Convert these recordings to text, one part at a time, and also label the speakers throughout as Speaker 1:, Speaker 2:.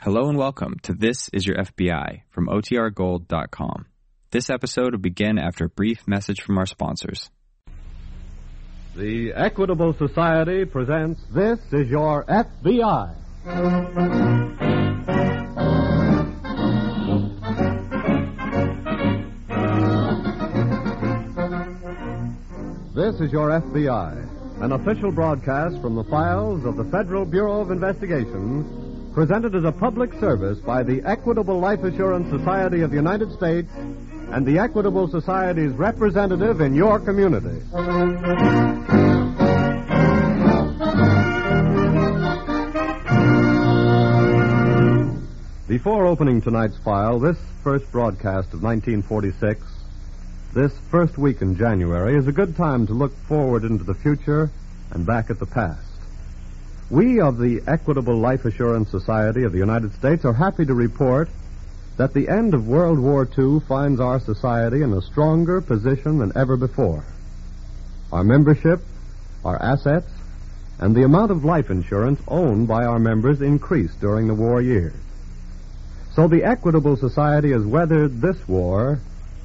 Speaker 1: Hello and welcome to This Is Your FBI from OTRGold.com. This episode will begin after a brief message from our sponsors.
Speaker 2: The Equitable Society presents This is Your FBI. This is Your FBI, an official broadcast from the files of the Federal Bureau of Investigation, presented as a public service by the Equitable Life Assurance Society of the United States and the Equitable Society's representative in your community. Before opening tonight's file, this first broadcast of 1946, this first week in January, is a good time to look forward into the future and back at the past. We of the Equitable Life Assurance Society of the United States are happy to report that the end of World War II finds our society in a stronger position than ever before. Our membership, our assets, and the amount of life insurance owned by our members increased during the war years. So the Equitable Society has weathered this war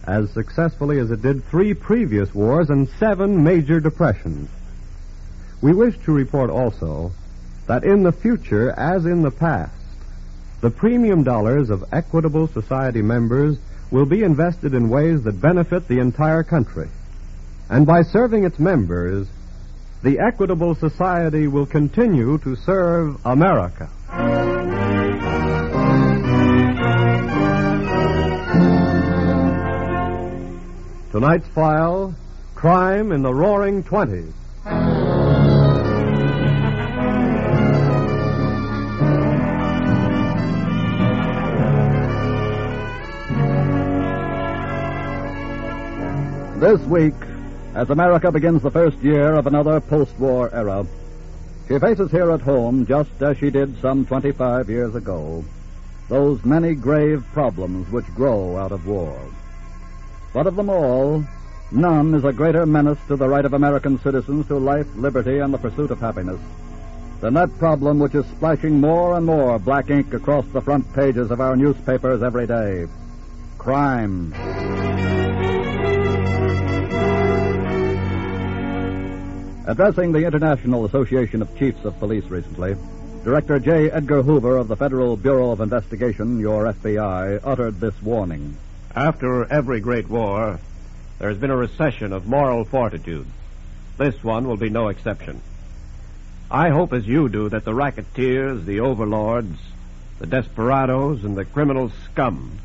Speaker 2: as successfully as it did three previous wars and seven major depressions. We wish to report also that in the future, as in the past, the premium dollars of Equitable Society members will be invested in ways that benefit the entire country. And by serving its members, the Equitable Society will continue to serve America. Tonight's file Crime in the Roaring Twenties.
Speaker 3: This week, as America begins the first year of another post war era, she faces here at home, just as she did some 25 years ago, those many grave problems which grow out of war. But of them all, none is a greater menace to the right of American citizens to life, liberty, and the pursuit of happiness than that problem which is splashing more and more black ink across the front pages of our newspapers every day crime. Addressing the International Association of Chiefs of Police recently, Director J. Edgar Hoover of the Federal Bureau of Investigation, your FBI, uttered this warning.
Speaker 2: After every great war, there has been a recession of moral fortitude. This one will be no exception. I hope, as you do, that the racketeers, the overlords, the desperados, and the criminal scum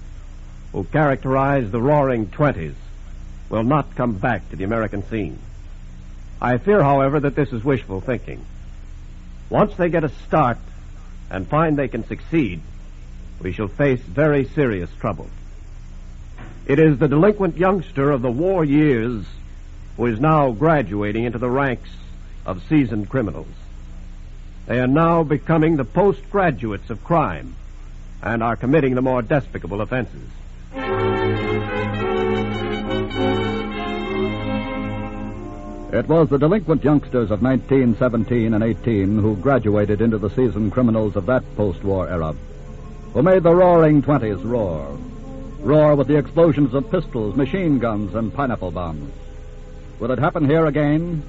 Speaker 2: who characterized the Roaring Twenties will not come back to the American scene. I fear, however, that this is wishful thinking. Once they get a start and find they can succeed, we shall face very serious trouble. It is the delinquent youngster of the war years who is now graduating into the ranks of seasoned criminals. They are now becoming the postgraduates of crime and are committing the more despicable offenses.
Speaker 3: It was the delinquent youngsters of 1917 and 18 who graduated into the seasoned criminals of that post war era, who made the roaring 20s roar. Roar with the explosions of pistols, machine guns, and pineapple bombs. Will it happen here again?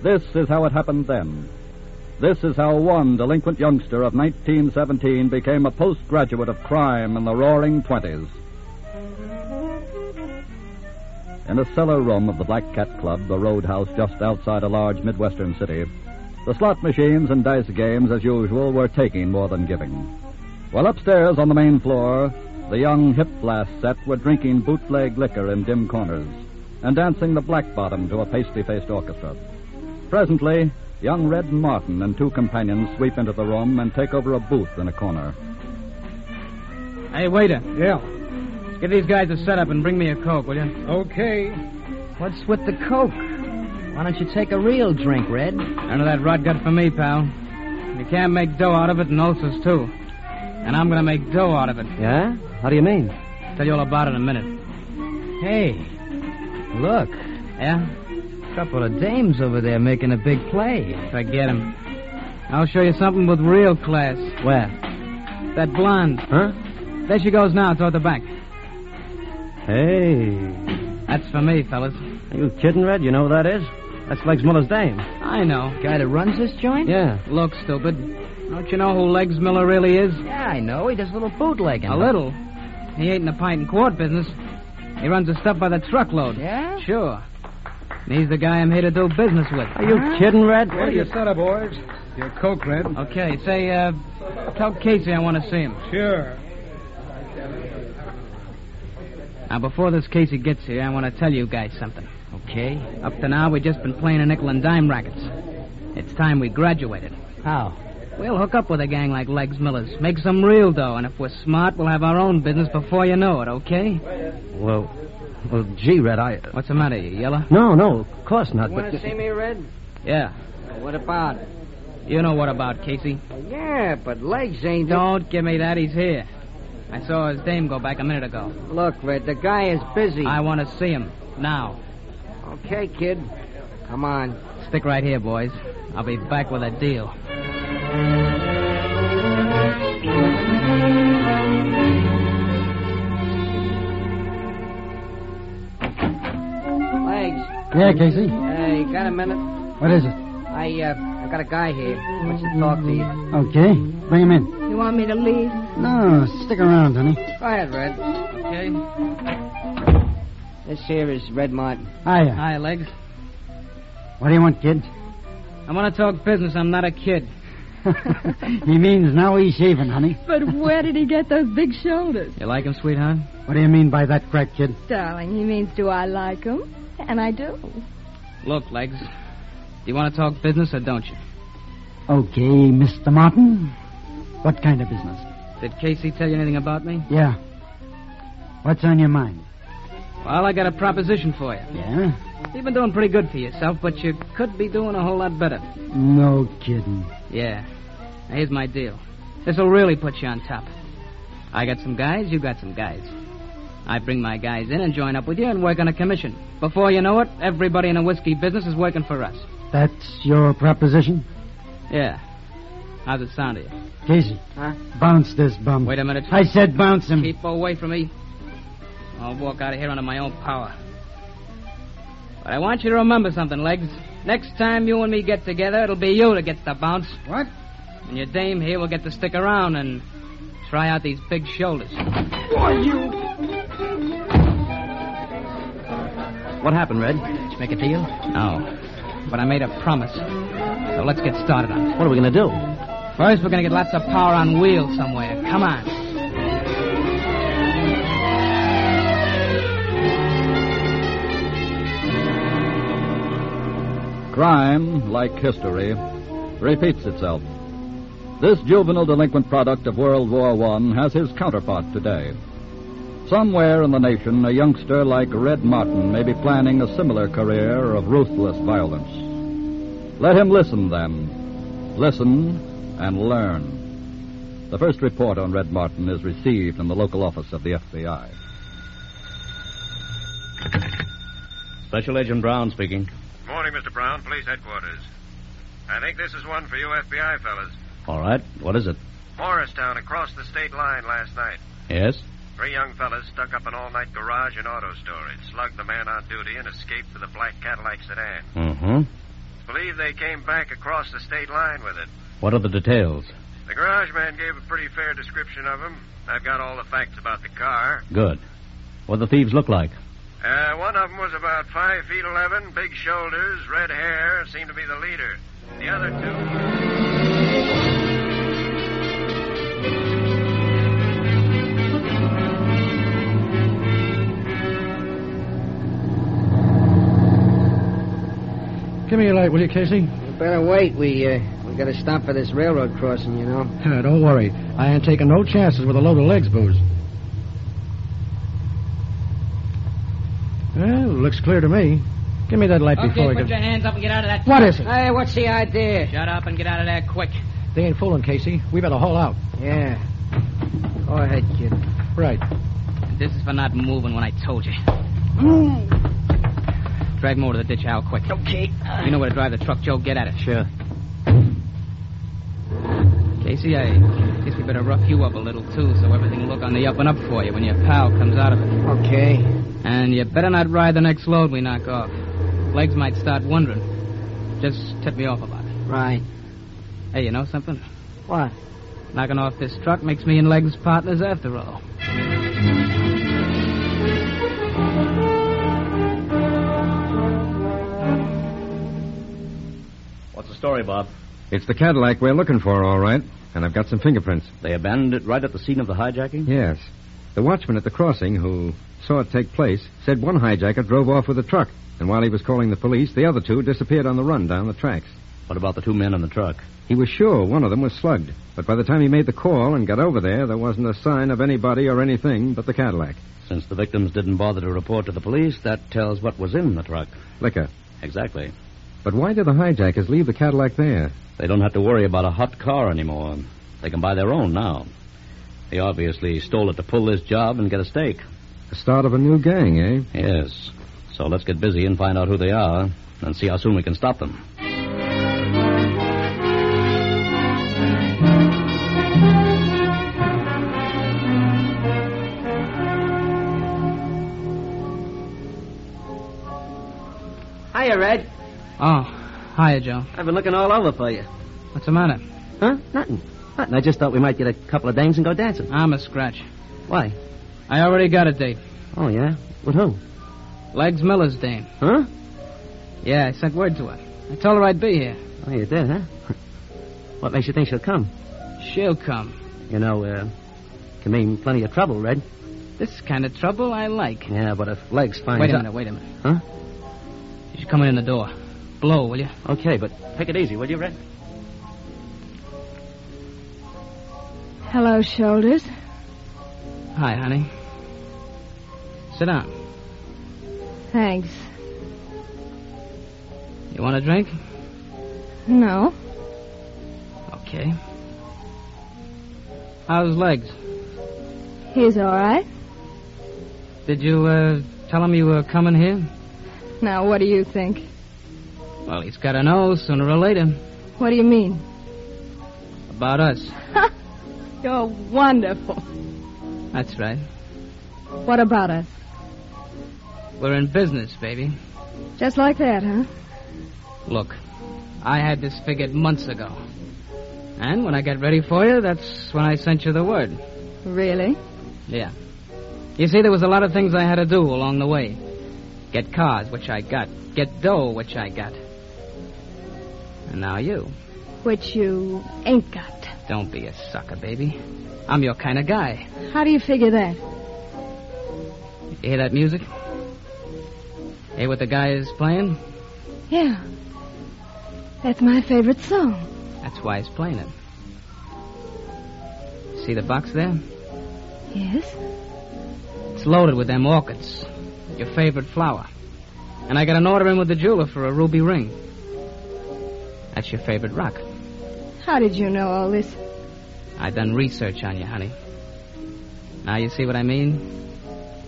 Speaker 3: This is how it happened then. This is how one delinquent youngster of 1917 became a postgraduate of crime in the roaring 20s. In a cellar room of the Black Cat Club, the roadhouse just outside a large Midwestern city, the slot machines and dice games, as usual, were taking more than giving. While upstairs on the main floor, the young hip blast set were drinking bootleg liquor in dim corners and dancing the black bottom to a pasty faced orchestra. Presently, young Red Martin and two companions sweep into the room and take over a booth in a corner.
Speaker 4: Hey, waiter. Yeah. Give these guys a setup and bring me a Coke, will you?
Speaker 5: Okay.
Speaker 6: What's with the Coke? Why don't you take a real drink, Red?
Speaker 4: None of that rot gut for me, pal. You can't make dough out of it, and ulcers, too. And I'm gonna make dough out of it.
Speaker 6: Yeah? How do you mean?
Speaker 4: Tell you all about it in a minute.
Speaker 6: Hey, look.
Speaker 4: Yeah?
Speaker 6: Couple of dames over there making a big play.
Speaker 4: Forget 'em. I'll show you something with real class.
Speaker 6: Where?
Speaker 4: That blonde.
Speaker 2: Huh?
Speaker 4: There she goes now toward the back.
Speaker 5: Hey,
Speaker 4: That's for me, fellas.
Speaker 5: are you kidding, Red? You know who that is? That's Legs Miller's dame.
Speaker 4: I know.
Speaker 6: Guy that runs this joint?
Speaker 5: Yeah.
Speaker 4: Look, stupid. Don't you know who Legs Miller really is?
Speaker 6: Yeah, I know. He does a little bootlegging.
Speaker 4: A little. He ain't in the pint and quart business. He runs his stuff by the truckload.
Speaker 6: Yeah?
Speaker 4: Sure. And he's the guy I'm here to do business with.
Speaker 5: Are you kidding, Red? What are you...
Speaker 7: set up, boys? Your coke, Red.
Speaker 4: Okay, say, uh, tell Casey I want to see him.
Speaker 7: Sure.
Speaker 4: Now, before this Casey gets here, I want to tell you guys something.
Speaker 6: Okay.
Speaker 4: Up to now, we've just been playing a nickel and dime rackets. It's time we graduated.
Speaker 6: How?
Speaker 4: We'll hook up with a gang like Legs Miller's, make some real dough, and if we're smart, we'll have our own business before you know it, okay?
Speaker 5: Well, well, gee, Red, I... uh,
Speaker 4: What's the matter, you yeller?
Speaker 5: No, no, of course not, but...
Speaker 6: me, Red?
Speaker 4: Yeah.
Speaker 6: What about?
Speaker 4: You know what about Casey.
Speaker 6: Yeah, but legs ain't.
Speaker 4: Don't give me that, he's here. I saw his dame go back a minute ago.
Speaker 6: Look, Red, the guy is busy.
Speaker 4: I want to see him. Now.
Speaker 6: Okay, kid. Come on.
Speaker 4: Stick right here, boys. I'll be back with a deal.
Speaker 6: Legs.
Speaker 5: Yeah, Casey?
Speaker 6: Hey, got a minute?
Speaker 5: What is it?
Speaker 6: I, uh, I got a guy here. Wants to talk to you.
Speaker 5: Okay, bring him in.
Speaker 8: You want me to leave?
Speaker 5: No, stick around, honey.
Speaker 6: Go ahead, Red.
Speaker 4: Okay?
Speaker 6: This here is Red Martin.
Speaker 5: Hiya.
Speaker 4: Hi, Legs.
Speaker 5: What do you want, kid?
Speaker 4: I want to talk business. I'm not a kid.
Speaker 5: he means now he's shaving, honey.
Speaker 8: But where did he get those big shoulders?
Speaker 4: You like him, sweetheart?
Speaker 5: What do you mean by that, crack kid?
Speaker 8: Darling, he means do I like him? And I do.
Speaker 4: Look, Legs. Do you want to talk business or don't you?
Speaker 5: Okay, Mr. Martin. What kind of business?
Speaker 4: Did Casey tell you anything about me?
Speaker 5: Yeah. What's on your mind?
Speaker 4: Well, I got a proposition for you.
Speaker 5: Yeah?
Speaker 4: You've been doing pretty good for yourself, but you could be doing a whole lot better.
Speaker 5: No kidding.
Speaker 4: Yeah. Now, here's my deal. This'll really put you on top. I got some guys, you got some guys. I bring my guys in and join up with you and work on a commission. Before you know it, everybody in the whiskey business is working for us.
Speaker 5: That's your proposition?
Speaker 4: Yeah. How's it sound to you?
Speaker 5: Casey.
Speaker 6: Huh?
Speaker 5: Bounce this bum.
Speaker 4: Wait a minute.
Speaker 5: Um, I said bounce him.
Speaker 4: Keep away from me. I'll walk out of here under my own power. But I want you to remember something, Legs. Next time you and me get together, it'll be you that gets the bounce.
Speaker 5: What?
Speaker 4: And your dame here will get to stick around and try out these big shoulders.
Speaker 5: What happened, Red?
Speaker 4: Did you make a deal? No. But I made a promise. So let's get started on it.
Speaker 5: What are we going to do?
Speaker 4: First, we're going to get lots of power on wheels somewhere. Come on.
Speaker 3: Crime, like history, repeats itself. This juvenile delinquent product of World War I has his counterpart today. Somewhere in the nation, a youngster like Red Martin may be planning a similar career of ruthless violence. Let him listen, then. Listen and learn. The first report on Red Martin is received in the local office of the FBI.
Speaker 5: Special Agent Brown speaking.
Speaker 9: Morning, Mr. Brown, police headquarters. I think this is one for you FBI fellas.
Speaker 5: All right. What is it?
Speaker 9: Morristown across the state line last night.
Speaker 5: Yes?
Speaker 9: Three young fellas stuck up an all-night garage and auto storage, slugged the man on duty, and escaped with a black Cadillac sedan.
Speaker 5: Mm-hmm.
Speaker 9: Believe they came back across the state line with it.
Speaker 5: What are the details?
Speaker 9: The garage man gave a pretty fair description of him. I've got all the facts about the car.
Speaker 5: Good. What the thieves look like?
Speaker 9: Uh, one of them was about five feet eleven, big shoulders, red hair, seemed to be the leader. The other two.
Speaker 7: Give me your light, will you, Casey?
Speaker 6: You better wait. We, uh, we gotta stop for this railroad crossing, you know.
Speaker 7: Uh, Don't worry. I ain't taking no chances with a load of legs booze. Well, looks clear to me. Give me that light before
Speaker 4: Okay,
Speaker 7: I get.
Speaker 4: put your hands up and get out of that.
Speaker 7: What is it?
Speaker 6: Hey, what's the idea?
Speaker 4: Shut up and get out of there quick.
Speaker 7: They ain't fooling, Casey. We better haul out.
Speaker 6: Yeah. Go ahead, kid.
Speaker 7: Right.
Speaker 4: This is for not moving when I told you. Drag him over to the ditch, Al, quick. Okay. You know where to drive the truck, Joe. Get at it. Sure. Casey, I guess we better rough you up a little, too, so everything will look on the up and up for you when your pal comes out of it.
Speaker 6: Okay.
Speaker 4: And you better not ride the next load we knock off. Legs might start wondering. Just tip me off about it.
Speaker 6: Right.
Speaker 4: Hey, you know something?
Speaker 6: What?
Speaker 4: Knocking off this truck makes me and Legs partners after all.
Speaker 10: What's the story, Bob?
Speaker 11: It's the Cadillac we're looking for, all right. And I've got some fingerprints.
Speaker 10: They abandoned it right at the scene of the hijacking?
Speaker 11: Yes. The watchman at the crossing who saw it take place said one hijacker drove off with a truck, and while he was calling the police, the other two disappeared on the run down the tracks.
Speaker 10: What about the two men in the truck?
Speaker 11: He was sure one of them was slugged, but by the time he made the call and got over there, there wasn't a sign of anybody or anything but the Cadillac.
Speaker 10: Since the victims didn't bother to report to the police, that tells what was in the truck.
Speaker 11: Liquor.
Speaker 10: Exactly.
Speaker 11: But why do the hijackers leave the Cadillac there?
Speaker 10: They don't have to worry about a hot car anymore. They can buy their own now. They obviously stole it to pull this job and get a stake.
Speaker 11: The start of a new gang, eh?
Speaker 10: Yes. So let's get busy and find out who they are and see how soon we can stop them.
Speaker 12: Hiya, Red.
Speaker 4: Oh, hiya, Joe.
Speaker 12: I've been looking all over for you.
Speaker 4: What's the matter?
Speaker 12: Huh? Nothing. Nothing. I just thought we might get a couple of dames and go dancing.
Speaker 4: I'm a scratch.
Speaker 12: Why?
Speaker 4: I already got a date.
Speaker 12: Oh, yeah? With who?
Speaker 4: Legs Miller's dame.
Speaker 12: Huh?
Speaker 4: Yeah, I sent word to her. I told her I'd be here.
Speaker 12: Oh, you did, huh? what makes you think she'll come?
Speaker 4: She'll come.
Speaker 12: You know, uh, can mean plenty of trouble, Red.
Speaker 4: This kind of trouble I like.
Speaker 12: Yeah, but if Legs finds
Speaker 4: Wait a minute, wait a minute.
Speaker 12: Huh?
Speaker 4: She's coming in the door. Blow, will you?
Speaker 12: Okay, but take it easy, will you, Red?
Speaker 8: Hello, Shoulders.
Speaker 4: Hi, honey. Sit down.
Speaker 8: Thanks.
Speaker 4: You want a drink?
Speaker 8: No.
Speaker 4: Okay. How's legs?
Speaker 8: He's all right.
Speaker 4: Did you uh, tell him you were coming here?
Speaker 8: Now, what do you think?
Speaker 4: Well, he's got to know sooner or later.
Speaker 8: What do you mean?
Speaker 4: About us.
Speaker 8: You're wonderful.
Speaker 4: That's right.
Speaker 8: What about us?
Speaker 4: We're in business, baby.
Speaker 8: Just like that, huh?
Speaker 4: Look, I had this figured months ago. And when I got ready for you, that's when I sent you the word.
Speaker 8: Really?
Speaker 4: Yeah. You see, there was a lot of things I had to do along the way. Get cars, which I got. Get dough, which I got. And now you.
Speaker 8: Which you ain't got.
Speaker 4: Don't be a sucker, baby. I'm your kind of guy.
Speaker 8: How do you figure that?
Speaker 4: You hear that music? Hear what the guy is playing?
Speaker 8: Yeah. That's my favorite song.
Speaker 4: That's why he's playing it. See the box there?
Speaker 8: Yes.
Speaker 4: It's loaded with them orchids, your favorite flower. And I got an order in with the jeweler for a ruby ring. That's your favorite rock.
Speaker 8: How did you know all this?
Speaker 4: I done research on you, honey. Now you see what I mean?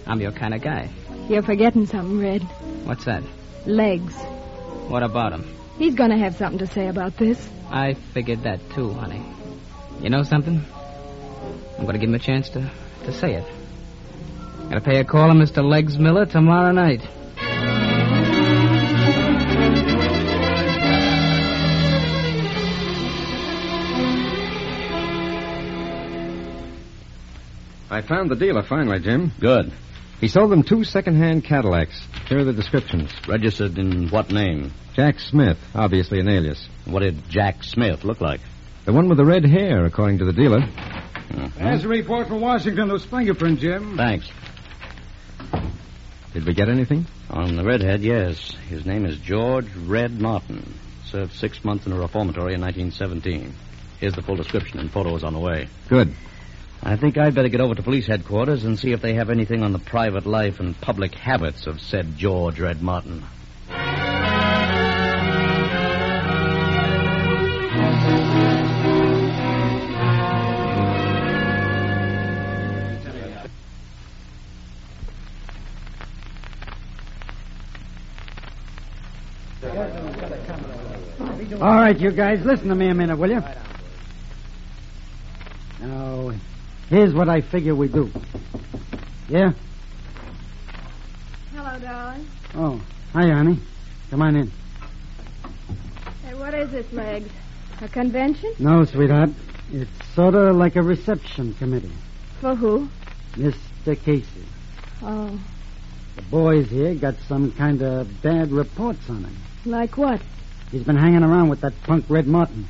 Speaker 4: I'm your kind of guy.
Speaker 8: You're forgetting something, Red.
Speaker 4: What's that?
Speaker 8: Legs.
Speaker 4: What about him?
Speaker 8: He's going to have something to say about this.
Speaker 4: I figured that too, honey. You know something? I'm going to give him a chance to, to say it. I'm going to pay a call to Mr. Legs Miller tomorrow night.
Speaker 11: I found the dealer finally, Jim.
Speaker 10: Good.
Speaker 11: He sold them two second-hand Cadillacs. Here are the descriptions.
Speaker 10: Registered in what name?
Speaker 11: Jack Smith, obviously an alias.
Speaker 10: What did Jack Smith look like?
Speaker 11: The one with the red hair, according to the dealer.
Speaker 10: Uh-huh.
Speaker 13: There's a report from Washington. Those fingerprints, Jim.
Speaker 10: Thanks.
Speaker 11: Did we get anything?
Speaker 10: On the redhead, yes. His name is George Red Martin. Served six months in a reformatory in 1917. Here's the full description and photos on the way.
Speaker 11: Good.
Speaker 10: I think I'd better get over to police headquarters and see if they have anything on the private life and public habits of said George Red Martin.
Speaker 5: All right, you guys, listen to me a minute, will you?
Speaker 7: Here's what I figure we do. Yeah?
Speaker 8: Hello, darling.
Speaker 7: Oh, hi, honey. Come on in.
Speaker 8: Hey, what is this, Legs? A convention?
Speaker 7: No, sweetheart. It's sort of like a reception committee.
Speaker 8: For who?
Speaker 7: Mr. Casey.
Speaker 8: Oh,
Speaker 7: The boys here got some kind of bad reports on him.
Speaker 8: like what?
Speaker 7: He's been hanging around with that punk Red Martin,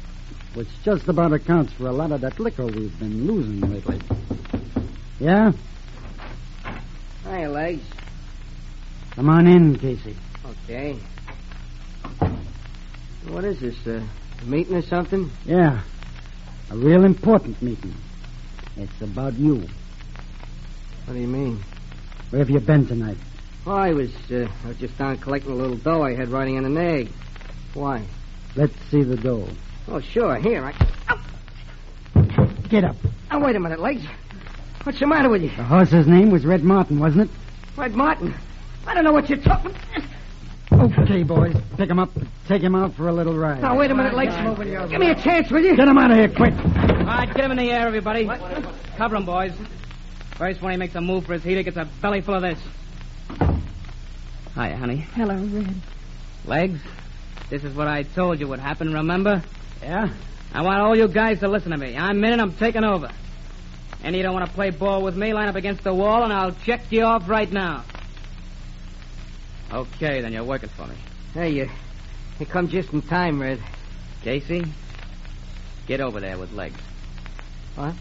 Speaker 7: which just about accounts for a lot of that liquor we've been losing lately. Yeah?
Speaker 6: Hi, Legs.
Speaker 7: Come on in, Casey.
Speaker 6: Okay. What is this, uh, a meeting or something?
Speaker 7: Yeah. A real important meeting. It's about you.
Speaker 6: What do you mean?
Speaker 7: Where have you been tonight?
Speaker 6: Oh, I was, uh, I was just down collecting a little dough I had riding on an egg. Why?
Speaker 7: Let's see the dough.
Speaker 6: Oh, sure. Here, I.
Speaker 7: Get up.
Speaker 6: Oh, wait a minute, Legs. What's the matter with you?
Speaker 7: The horse's name was Red Martin, wasn't it?
Speaker 6: Red Martin. I don't know what you're talking.
Speaker 7: Okay, boys. Pick him up. Take him out for a little ride.
Speaker 6: Now, wait a minute, Legs. Give me a chance, will you?
Speaker 7: Get him out of here quick.
Speaker 4: All right, get him in the air, everybody. Cover him, boys. First one he makes a move for his heater gets a belly full of this. Hi, honey.
Speaker 8: Hello, Red.
Speaker 4: Legs, this is what I told you would happen, remember?
Speaker 7: Yeah?
Speaker 4: I want all you guys to listen to me. I'm in and I'm taking over. And you don't want to play ball with me, line up against the wall, and I'll check you off right now. Okay, then you're working for me.
Speaker 6: Hey, you. You come just in time, Red.
Speaker 4: Casey, get over there with legs.
Speaker 6: What?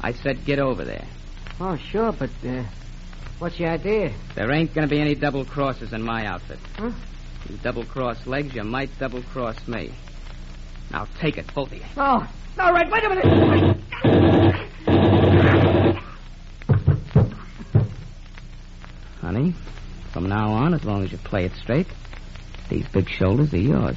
Speaker 4: I said get over there.
Speaker 6: Oh, sure, but, uh, what's your idea?
Speaker 4: There ain't gonna be any double crosses in my outfit.
Speaker 6: Huh?
Speaker 4: You double cross legs, you might double cross me. Now take it, both of you.
Speaker 6: No. No, Red, Oh, wait a minute.
Speaker 4: Honey, from now on, as long as you play it straight, these big shoulders are yours.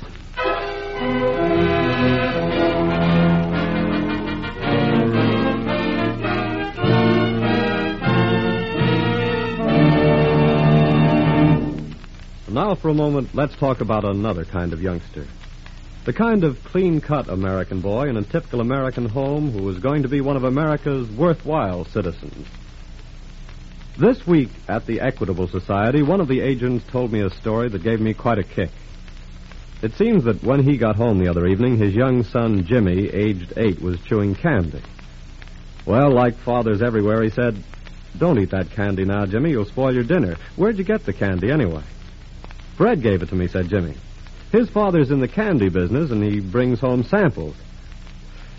Speaker 2: Now, for a moment, let's talk about another kind of youngster. The kind of clean cut American boy in a typical American home who is going to be one of America's worthwhile citizens. This week at the Equitable Society, one of the agents told me a story that gave me quite a kick. It seems that when he got home the other evening, his young son Jimmy, aged eight, was chewing candy. Well, like fathers everywhere, he said, Don't eat that candy now, Jimmy. You'll spoil your dinner. Where'd you get the candy anyway? Fred gave it to me, said Jimmy. His father's in the candy business, and he brings home samples.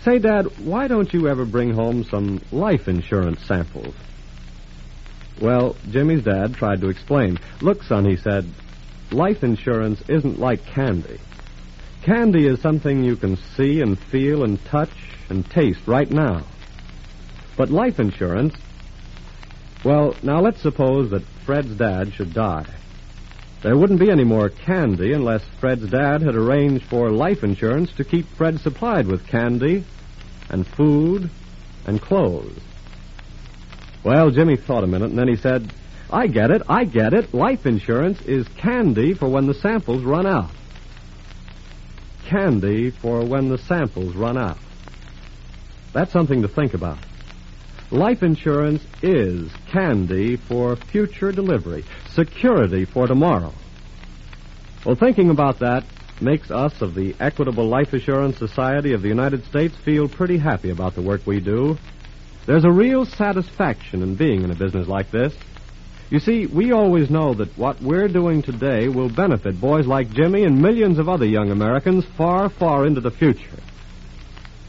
Speaker 2: Say, Dad, why don't you ever bring home some life insurance samples? Well, Jimmy's dad tried to explain. Look, son, he said, life insurance isn't like candy. Candy is something you can see and feel and touch and taste right now. But life insurance, well, now let's suppose that Fred's dad should die. There wouldn't be any more candy unless Fred's dad had arranged for life insurance to keep Fred supplied with candy and food and clothes. Well, Jimmy thought a minute and then he said, I get it, I get it. Life insurance is candy for when the samples run out. Candy for when the samples run out. That's something to think about. Life insurance is candy for future delivery, security for tomorrow. Well, thinking about that makes us of the Equitable Life Assurance Society of the United States feel pretty happy about the work we do. There's a real satisfaction in being in a business like this. You see, we always know that what we're doing today will benefit boys like Jimmy and millions of other young Americans far, far into the future.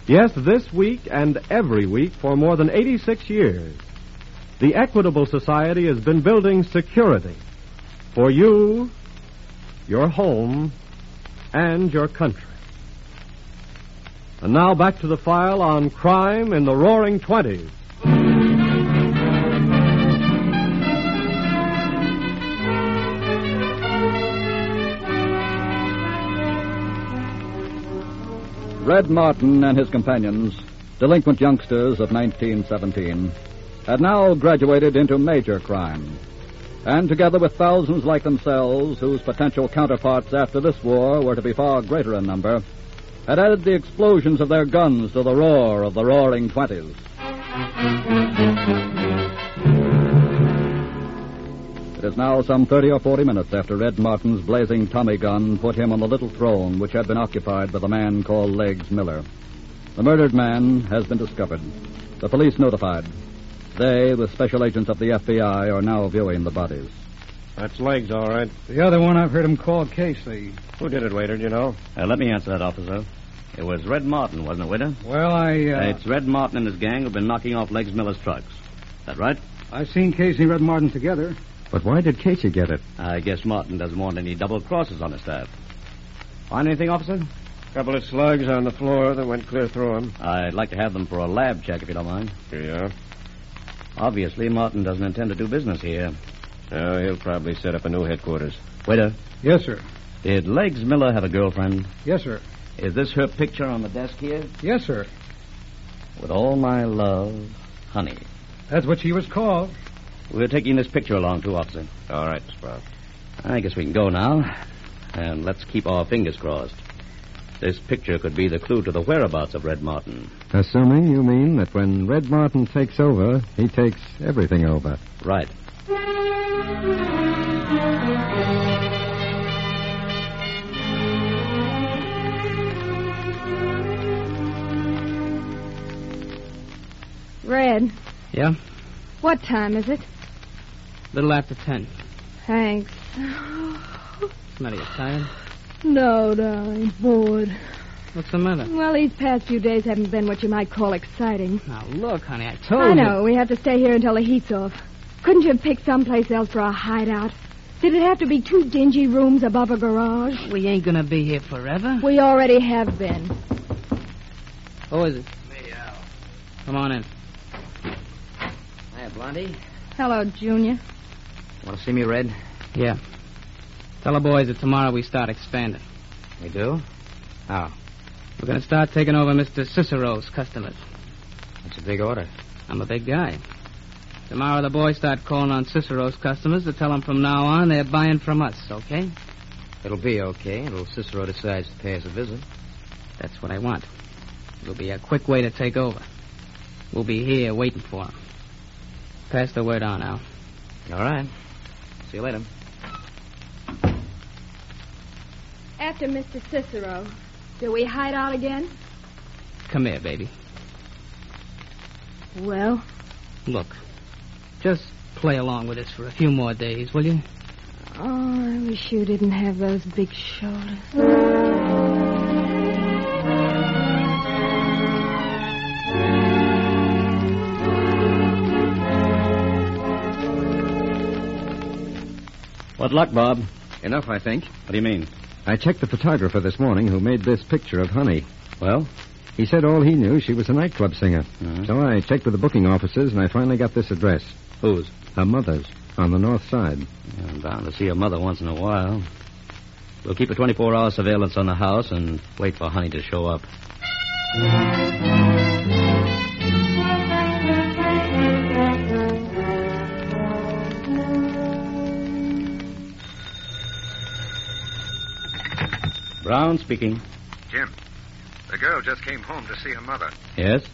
Speaker 2: Yes, this week and every week for more than 86 years, the Equitable Society has been building security for you, your home, and your country. And now back to the file on crime in the roaring 20s.
Speaker 3: Red Martin and his companions, delinquent youngsters of 1917, had now graduated into major crime. And together with thousands like themselves, whose potential counterparts after this war were to be far greater in number, had added the explosions of their guns to the roar of the roaring twenties. It is now some 30 or 40 minutes after Red Martin's blazing Tommy gun put him on the little throne which had been occupied by the man called Legs Miller. The murdered man has been discovered. The police notified. They, with special agents of the FBI, are now viewing the bodies.
Speaker 14: That's Legs, all right.
Speaker 13: The other one I've heard him call Casey.
Speaker 14: Who did it, waiter, do you know?
Speaker 10: Uh, let me answer that, officer. It was Red Martin, wasn't it, waiter?
Speaker 13: Well, I. Uh...
Speaker 10: It's Red Martin and his gang who've been knocking off Legs Miller's trucks. That right?
Speaker 13: I've seen Casey and Red Martin together.
Speaker 11: But why did Casey get it?
Speaker 10: I guess Martin doesn't want any double crosses on his staff. Find anything, officer?
Speaker 14: Couple of slugs on the floor that went clear through him.
Speaker 10: I'd like to have them for a lab check, if you don't mind.
Speaker 14: Yeah.
Speaker 10: Obviously, Martin doesn't intend to do business here.
Speaker 14: Oh, he'll probably set up a new headquarters.
Speaker 10: Waiter.
Speaker 13: Yes, sir.
Speaker 10: Did Legs Miller have a girlfriend?
Speaker 13: Yes, sir.
Speaker 10: Is this her picture on the desk here?
Speaker 13: Yes, sir.
Speaker 10: With all my love, honey.
Speaker 13: That's what she was called.
Speaker 10: We're taking this picture along, too, officer.
Speaker 14: All right, Sprout.
Speaker 10: I guess we can go now. And let's keep our fingers crossed. This picture could be the clue to the whereabouts of Red Martin.
Speaker 11: Assuming you mean that when Red Martin takes over, he takes everything over.
Speaker 10: Right.
Speaker 8: Red.
Speaker 4: Yeah?
Speaker 8: What time is it?
Speaker 4: Little after ten.
Speaker 8: Thanks.
Speaker 4: Smitty, you tired?
Speaker 8: No, darling. Bored.
Speaker 4: What's the matter?
Speaker 8: Well, these past few days haven't been what you might call exciting.
Speaker 4: Now, look, honey, I told
Speaker 8: I
Speaker 4: you.
Speaker 8: I know. We have to stay here until the heat's off. Couldn't you pick someplace else for a hideout? Did it have to be two dingy rooms above a garage?
Speaker 4: We ain't gonna be here forever.
Speaker 8: We already have been.
Speaker 4: Who is it? Me, Al. Come on in.
Speaker 6: Hi, Blondie.
Speaker 8: Hello, Junior.
Speaker 6: Want to see me, Red?
Speaker 4: Yeah. Tell the boys that tomorrow we start expanding.
Speaker 6: We do? How?
Speaker 4: We're going to start taking over Mr. Cicero's customers.
Speaker 6: That's a big order.
Speaker 4: I'm a big guy. Tomorrow the boys start calling on Cicero's customers to tell them from now on they're buying from us, okay?
Speaker 6: It'll be okay until Cicero decides to pay us a visit.
Speaker 4: That's what I want. It'll be a quick way to take over. We'll be here waiting for him. Pass the word on, Al.
Speaker 6: All right. See you later.
Speaker 8: After Mr. Cicero, do we hide out again?
Speaker 4: Come here, baby.
Speaker 8: Well?
Speaker 4: Look, just play along with us for a few more days, will you?
Speaker 8: Oh, I wish you didn't have those big shoulders.
Speaker 10: What luck, Bob?
Speaker 11: Enough, I think.
Speaker 10: What do you mean?
Speaker 11: I checked the photographer this morning who made this picture of Honey.
Speaker 10: Well?
Speaker 11: He said all he knew she was a nightclub singer. Uh-huh. So I checked with the booking offices and I finally got this address.
Speaker 10: Whose?
Speaker 11: Her mother's, on the north side.
Speaker 10: Yeah, I'm bound to see her mother once in a while. We'll keep a 24 hour surveillance on the house and wait for Honey to show up. Brown speaking.
Speaker 15: Jim, the girl just came home to see her mother.
Speaker 10: Yes?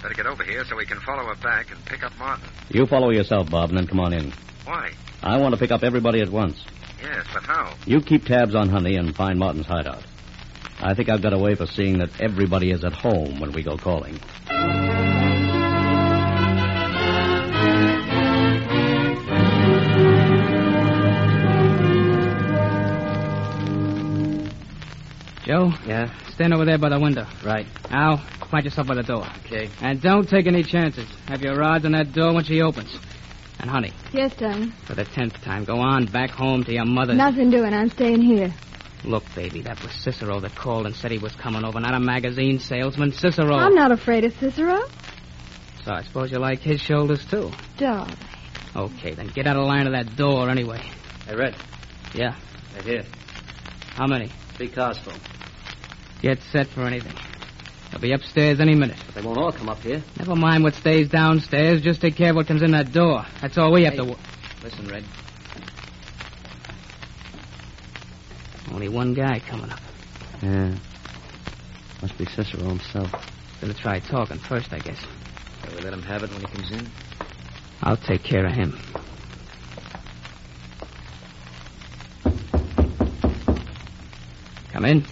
Speaker 15: Better get over here so we can follow her back and pick up Martin.
Speaker 10: You follow yourself, Bob, and then come on in.
Speaker 15: Why?
Speaker 10: I want to pick up everybody at once.
Speaker 15: Yes, but how?
Speaker 10: You keep tabs on Honey and find Martin's hideout. I think I've got a way for seeing that everybody is at home when we go calling.
Speaker 4: Joe?
Speaker 6: Yeah?
Speaker 4: Stand over there by the window.
Speaker 6: Right.
Speaker 4: Al, find yourself by the door.
Speaker 6: Okay.
Speaker 4: And don't take any chances. Have your rods on that door when she opens. And, honey.
Speaker 8: Yes, darling.
Speaker 4: For the tenth time, go on back home to your mother.
Speaker 8: Nothing doing. I'm staying here.
Speaker 4: Look, baby, that was Cicero that called and said he was coming over, not a magazine salesman. Cicero.
Speaker 8: I'm not afraid of Cicero.
Speaker 4: So I suppose you like his shoulders, too.
Speaker 8: Darling.
Speaker 4: Okay, then get out of line of that door anyway.
Speaker 6: Hey, Red.
Speaker 4: Yeah?
Speaker 6: Right here.
Speaker 4: How many?
Speaker 6: Three cars full.
Speaker 4: Get set for anything. They'll be upstairs any minute.
Speaker 6: But they won't all come up here.
Speaker 4: Never mind what stays downstairs. Just take care of what comes in that door. That's all Oh, we have hey, to. W-
Speaker 6: listen, Red.
Speaker 4: Only one guy coming up.
Speaker 6: Yeah. Must be Cicero himself.
Speaker 4: Gonna try talking first, I guess.
Speaker 6: Uh,
Speaker 12: Shall we let him have it when he comes in?
Speaker 4: I'll take care of him. Come in.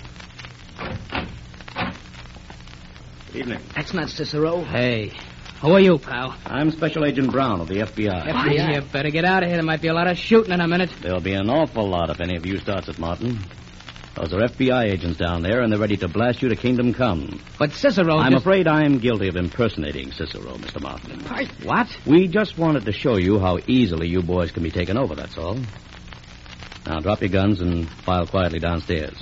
Speaker 10: Good evening.
Speaker 6: That's not Cicero.
Speaker 4: Hey. Who are you, pal?
Speaker 10: I'm Special Agent Brown of the FBI.
Speaker 4: FBI. You better get out of here. There might be a lot of shooting in a minute.
Speaker 10: There'll be an awful lot if any of you starts it, Martin. Those are FBI agents down there, and they're ready to blast you to kingdom come.
Speaker 4: But Cicero.
Speaker 10: I'm
Speaker 4: just-
Speaker 10: afraid I am guilty of impersonating Cicero, Mr. Martin.
Speaker 4: I- What?
Speaker 10: We just wanted to show you how easily you boys can be taken over, that's all. Now, drop your guns and file quietly downstairs.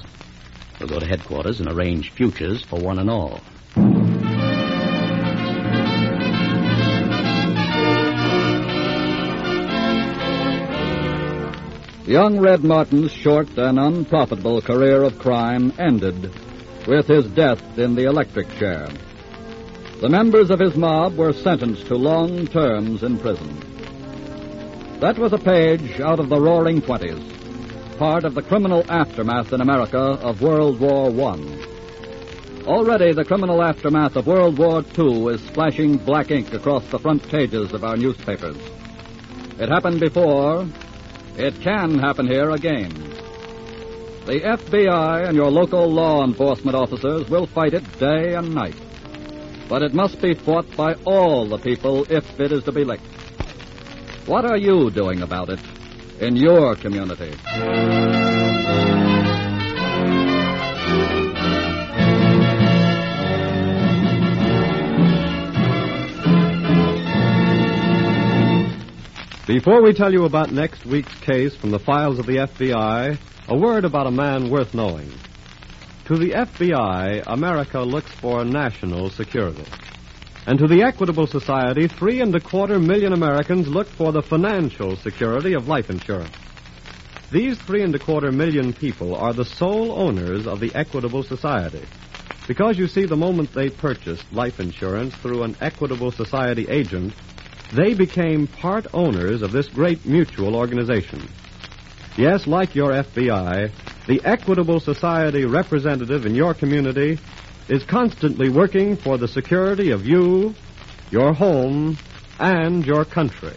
Speaker 10: We'll go to headquarters and arrange futures for one and all.
Speaker 3: Young Red Martin's short and unprofitable career of crime ended with his death in the electric chair. The members of his mob were sentenced to long terms in prison. That was a page out of the Roaring Twenties, part of the criminal aftermath in America of World War I. Already, the criminal aftermath of World War II is splashing black ink across the front pages of our newspapers. It happened before, it can happen here again. The FBI and your local law enforcement officers will fight it day and night. But it must be fought by all the people if it is to be licked. What are you doing about it in your community?
Speaker 2: Before we tell you about next week's case from the files of the FBI, a word about a man worth knowing. To the FBI, America looks for national security. And to the Equitable Society, three and a quarter million Americans look for the financial security of life insurance. These three and a quarter million people are the sole owners of the Equitable Society. Because you see, the moment they purchased life insurance through an Equitable Society agent, they became part owners of this great mutual organization. Yes, like your FBI, the Equitable Society representative in your community is constantly working for the security of you, your home, and your country.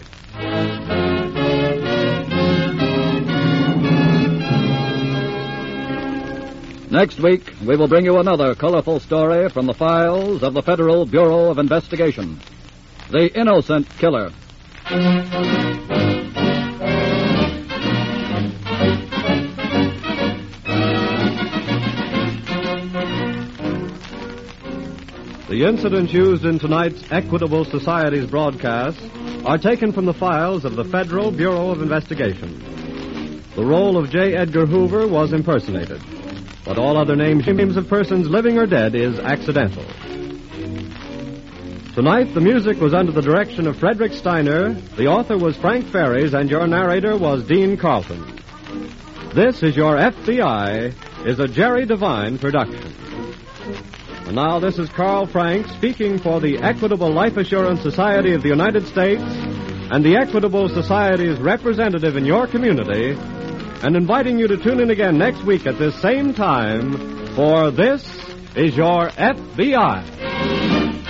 Speaker 3: Next week, we will bring you another colorful story from the files of the Federal Bureau of Investigation The Innocent Killer.
Speaker 2: The incidents used in tonight's Equitable Society's broadcast are taken from the files of the Federal Bureau of Investigation. The role of J. Edgar Hoover was impersonated, but all other names, names of persons living or dead is accidental. Tonight, the music was under the direction of Frederick Steiner, the author was Frank Ferries, and your narrator was Dean Carlton. This is Your FBI is a Jerry Devine production. And now, this is Carl Frank speaking for the Equitable Life Assurance Society of the United States and the Equitable Society's representative in your community, and inviting you to tune in again next week at this same time for This is Your FBI.